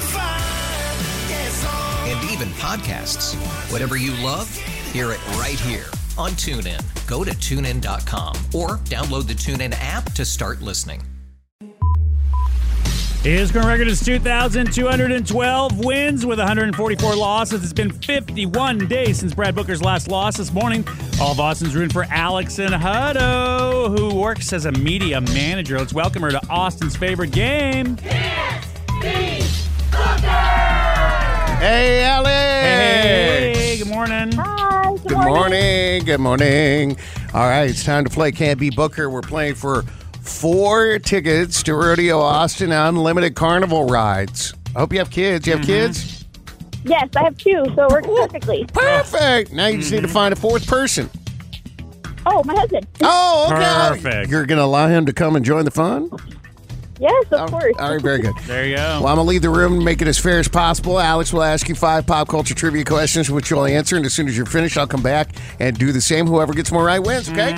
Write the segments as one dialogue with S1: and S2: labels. S1: fire. Yes,
S2: and even podcasts. Whatever you love, hear it right here on TuneIn. Go to tunein.com or download the TuneIn app to start listening.
S3: His current record is 2,212 wins with 144 losses. It's been 51 days since Brad Booker's last loss this morning. All of Austin's rooting for Alex and Hutto, who works as a media manager. Let's welcome her to Austin's favorite game.
S4: Hey, Alex.
S3: Hey, good morning.
S4: Good morning. Good morning. All right, it's time to play Can't Be Booker. We're playing for four tickets to Rodeo Austin Unlimited Carnival Rides. Hope you have kids. You have kids?
S5: Yes, I have two, so it works perfectly.
S4: Perfect. Now you just need to find a fourth person.
S5: Oh, my husband.
S4: Oh, okay.
S3: Perfect.
S4: You're going to allow him to come and join the fun?
S5: Yes, of
S4: All-
S5: course.
S4: All right, very good.
S3: There you go.
S4: Well, I'm going to leave the room and make it as fair as possible. Alex will ask you five pop culture trivia questions, which you'll answer. And as soon as you're finished, I'll come back and do the same. Whoever gets more right wins, okay?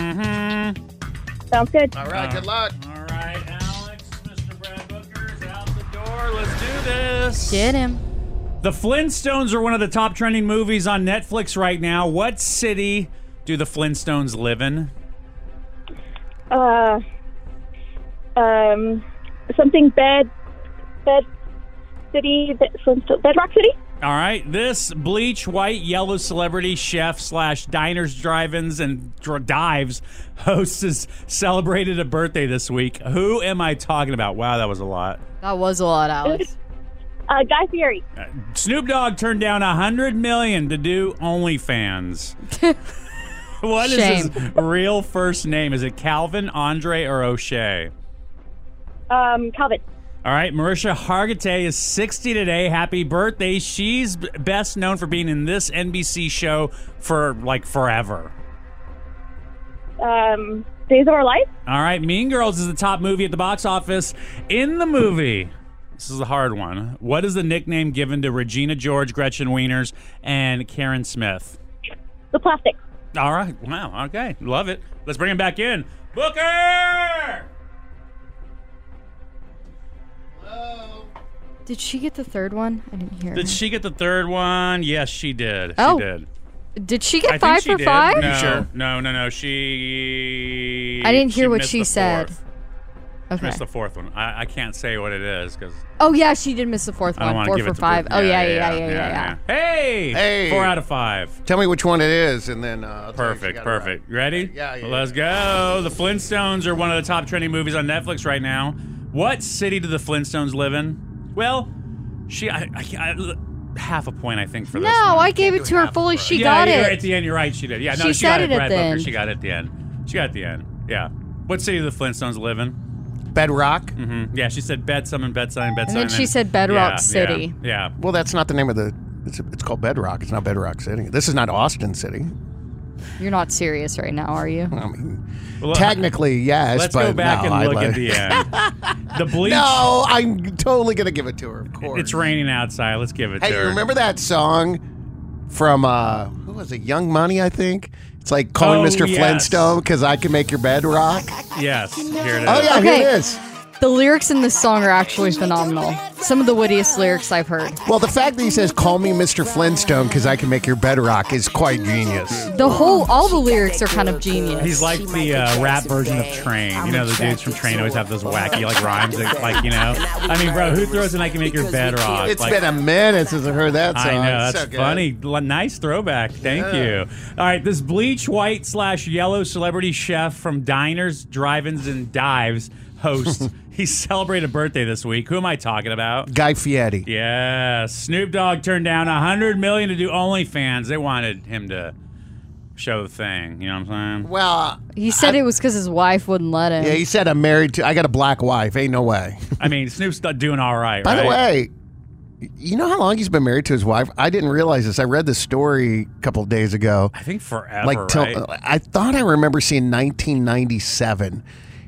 S5: Sounds good.
S4: All right,
S3: Uh,
S4: good luck.
S3: All right, Alex, Mr. Brad Booker is out the door. Let's do this.
S6: Get him.
S3: The Flintstones are one of the top trending movies on Netflix right now. What city do the Flintstones live in?
S5: Uh, um, something bed, bed city, bed, bedrock city.
S3: All right, this bleach white yellow celebrity chef slash diners, drive-ins, and dr- dives host has celebrated a birthday this week. Who am I talking about? Wow, that was a lot.
S6: That was a lot, Alex.
S5: Uh, Guy Fieri.
S3: Snoop Dogg turned down a hundred million to do OnlyFans. What is his
S6: Shame.
S3: real first name? Is it Calvin, Andre, or O'Shea?
S5: Um, Calvin.
S3: All right, Marisha Hargitay is 60 today. Happy birthday. She's b- best known for being in this NBC show for like forever.
S5: Um, Days of Our Life.
S3: All right, Mean Girls is the top movie at the box office. In the movie, this is a hard one. What is the nickname given to Regina George, Gretchen Wieners, and Karen Smith?
S5: The Plastic.
S3: All right, wow, okay, love it. Let's bring him back in. Booker!
S6: Did she get the third one? I didn't hear.
S3: Did she get the third one? Yes, she did. She
S6: Oh.
S3: did.
S6: Did she get
S3: I think
S6: five
S3: she
S6: for
S3: did.
S6: five?
S3: No, no, no, no. She.
S6: I didn't hear what
S3: missed
S6: she
S3: the
S6: said.
S3: fourth.
S6: Okay.
S3: Missed the fourth one. I, I can't say what it is because
S6: Oh yeah, she did miss the fourth
S3: I don't
S6: one.
S3: want
S6: Four
S3: give
S6: for
S3: it to
S6: five.
S3: Booker.
S6: Oh yeah, yeah, yeah, yeah, yeah.
S3: Hey,
S4: Hey.
S3: four out of five.
S4: Tell me which one it is, and then uh, I'll tell you if you
S3: Perfect,
S4: got it right.
S3: perfect. You ready?
S4: Yeah, yeah,
S3: Let's go. The Flintstones are one of the top trending movies on Netflix right now. What city do the Flintstones live in? Well, she. I, I, I, half a point, I think, for this.
S6: No,
S3: one.
S6: I gave it to her fully. She
S3: yeah,
S6: got
S3: you're
S6: it.
S3: At the end, you're right. She did. Yeah, no,
S6: She
S3: she,
S6: said
S3: got it.
S6: it at
S3: Brad
S6: the
S3: Booker.
S6: end.
S3: She got it at the end. She got it at the end. Yeah. What city do the Flintstones live in?
S4: Bedrock.
S3: Mm-hmm. Yeah, she said bed summon, bed summon, bed
S6: And then
S3: summon.
S6: she said Bedrock
S3: Yeah,
S6: City.
S3: Yeah. yeah.
S4: Well, that's not the name of the. It's, it's called Bedrock. It's not Bedrock City. This is not Austin City.
S6: You're not serious right now, are you?
S4: I mean,
S3: Well,
S4: technically, yes.
S3: Let's
S4: but
S3: go back
S4: no,
S3: and
S4: I'd
S3: look
S4: like-
S3: at the end. the bleach.
S4: No, I'm totally gonna give it to her. Of course.
S3: It's raining outside. Let's give it
S4: Hey,
S3: to her.
S4: you remember that song from uh who was it? Young Money, I think. It's like calling
S3: Oh,
S4: Mr.
S3: yes.
S4: Flintstone because I can make your bed rock.
S3: Yes. Here it is.
S4: Oh yeah, here
S6: Okay.
S4: it is.
S6: The lyrics in this song are actually phenomenal. Some of the wittiest lyrics I've heard.
S4: Well, the fact that he says, call me Mr. Flintstone because I can make your bedrock is quite genius.
S6: The whole, all the lyrics are kind of genius.
S3: He's like the uh, rap version of Train. You know, the dudes from Train always have those wacky like rhymes, that, like you know. I mean, bro, who throws an I can make your bed rock?
S4: It's
S3: like,
S4: been a minute since I heard that song.
S3: I know
S4: It's
S3: that's
S4: so good.
S3: funny. L- Nice throwback. Thank you. All right, this bleach white slash yellow celebrity chef from diners, drive-ins, and dives host. he celebrated a birthday this week. Who am I talking about?
S4: Guy Fieri.
S3: Yeah, Snoop Dogg turned down a hundred million to do OnlyFans. They wanted him to show the thing. You know what I'm saying?
S4: Well,
S6: He said it was because his wife wouldn't let him.
S4: yeah, he said I'm married to. I got a black wife. Ain't no way.
S3: I mean, Snoop's do- doing all right.
S4: By the
S3: right?
S4: way, you know how long he's been married to his wife? I didn't realize this. I read the story a couple days ago.
S3: I think forever.
S4: Like, till, uh,
S3: right?
S4: I thought I remember seeing 1997.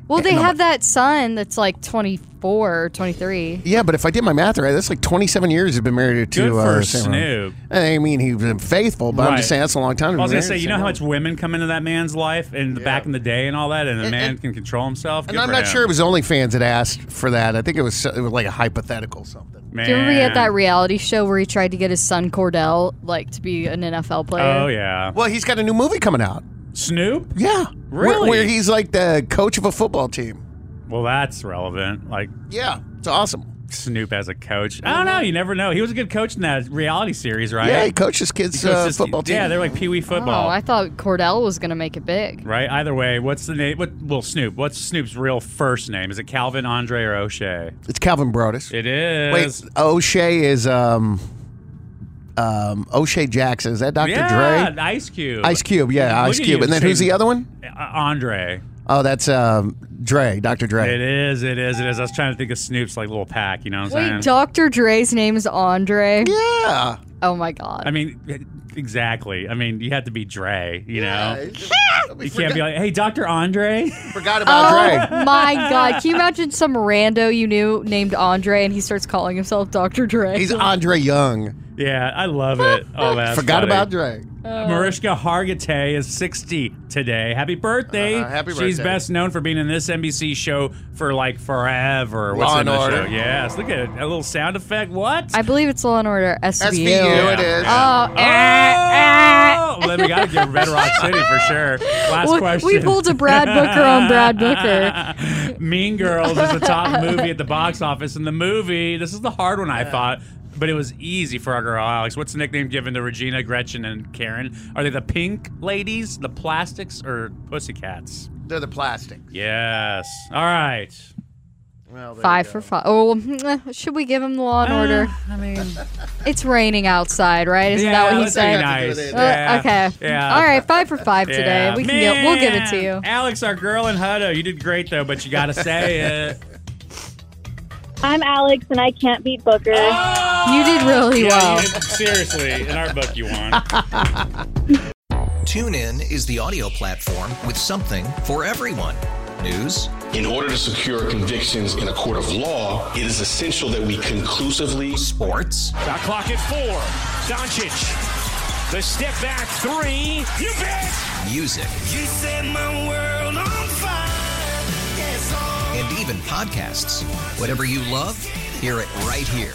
S6: well, they
S4: No,
S6: have that son that's like 24 or 23.
S4: Yeah, but if I did my math right, that's like 27 years he's been married to.
S3: Good
S4: uh,
S3: for
S4: Sam Rowe.
S3: Snoop.
S4: I mean, he's been faithful, but I'm
S3: Right.
S4: just saying that's a long time. To
S3: I was
S4: be
S3: gonna
S4: married
S3: say,
S4: to
S3: you know
S4: Sam
S3: how
S4: Rowe.
S3: much women come into that man's life and back in the day and all that, and the man
S4: and-
S3: can control himself.
S4: And
S3: Good
S4: I'm
S3: for
S4: not
S3: him.
S4: sure it was OnlyFans that asked for that. I think it was it was like a hypothetical something.
S3: Man.
S6: Do you remember he had that reality show where he tried to get his son Cordell like to be an NFL player?
S3: Oh yeah,
S4: Well, he's got a new movie coming out.
S3: Snoop.
S4: Yeah, Where-
S3: Really?
S4: Where, he's like the coach of a football team.
S3: Well, that's relevant. Like
S4: Yeah, it's awesome.
S3: Snoop as a coach. I don't know. You never know. He was a good coach in that reality series, right?
S4: Yeah, he coaches kids
S3: Oh, He coached
S4: uh,
S3: this-
S4: football team.
S3: Yeah, they're like Pee Wee football.
S6: Oh, I thought Cordell was going to make it big.
S3: Right. Either way, what's the name? What? Well, Snoop. What's Snoop's real first name? Is it Calvin, Andre, or O'Shea?
S4: it's Calvin Brodus.
S3: It is.
S4: Wait, O'Shea is um, um, O'Shea Jackson. Is that Dr.
S3: yeah,
S4: Dre?
S3: Ice Cube.
S4: Ice Cube, yeah,
S3: Look
S4: Ice
S3: at
S4: Cube.
S3: you
S4: Uh, And then who's
S3: saying-
S4: the other one?
S3: Uh, Andre.
S4: Oh, that's um, Dre, Dr. Dre.
S3: It is. It is. It is. I was trying to think of Snoop's like little pack. You know what I'm saying?
S6: Wait, Dr. Dre's name is Andre?
S4: Yeah.
S6: Oh my God.
S3: I mean, exactly. I mean, you had to be Dre. You know, you can't be like, hey, Doctor Andre.
S4: forgot about Dre.
S6: my God. Can you imagine some rando you knew named Andre and he starts calling himself Dr. Dre?
S4: He's Andre Young.
S3: yeah, I love it. Oh, that's
S4: Forgot
S3: funny.
S4: about Dre.
S3: Mariska Hargitay is 60 today. Happy birthday.
S4: Uh, happy
S3: She's
S4: birthday.
S3: best known for being in this NBC show for like forever. What's
S4: Law
S3: in
S4: and
S3: the
S4: Order.
S3: show? Yes. Look at it. A little sound effect. What?
S6: I believe it's Law and Order SVU.
S4: SVU, it is.
S6: Oh, eh,
S3: Oh! Well, then we got to give Red Rock City for sure. Last
S6: We-
S3: question.
S6: We pulled a Brad Booker on Brad Booker.
S3: mean Girls is the top movie at the box office. And the movie, this is the hard one, I thought. But it was easy for our girl Alex. What's the nickname given to Regina, Gretchen, and Karen? Are they the pink ladies, the plastics, or pussycats?
S4: They're the plastic.
S3: Yes. All right.
S6: Five for five. Oh, well, should we give him the Law and Order?
S3: I mean,
S6: It's raining outside, right? Isn't that what he
S3: let's be
S6: said?
S3: Nice.
S4: Uh,
S6: Uh,
S3: Yeah.
S6: Okay.
S3: Yeah.
S6: All right. Five for five today.
S3: Yeah.
S6: We can get, we'll give it to
S3: Man.
S6: you.
S3: Alex, our girl in Hutto. You did great though, but you gotta say it.
S5: I'm Alex, and I can't beat Booker.
S6: You did really
S3: Yeah,
S6: well.
S3: you did- seriously, in our book, you won.
S2: TuneIn is the audio platform with something for everyone. News,
S7: In order to secure convictions in a court of law, it is essential that we conclusively
S2: sports,
S8: Shot clock at four. Doncic. The step back three. You bet.
S2: music,
S1: You set my world on fire. Yes, oh.
S2: and even podcasts. Whatever you love, hear it right here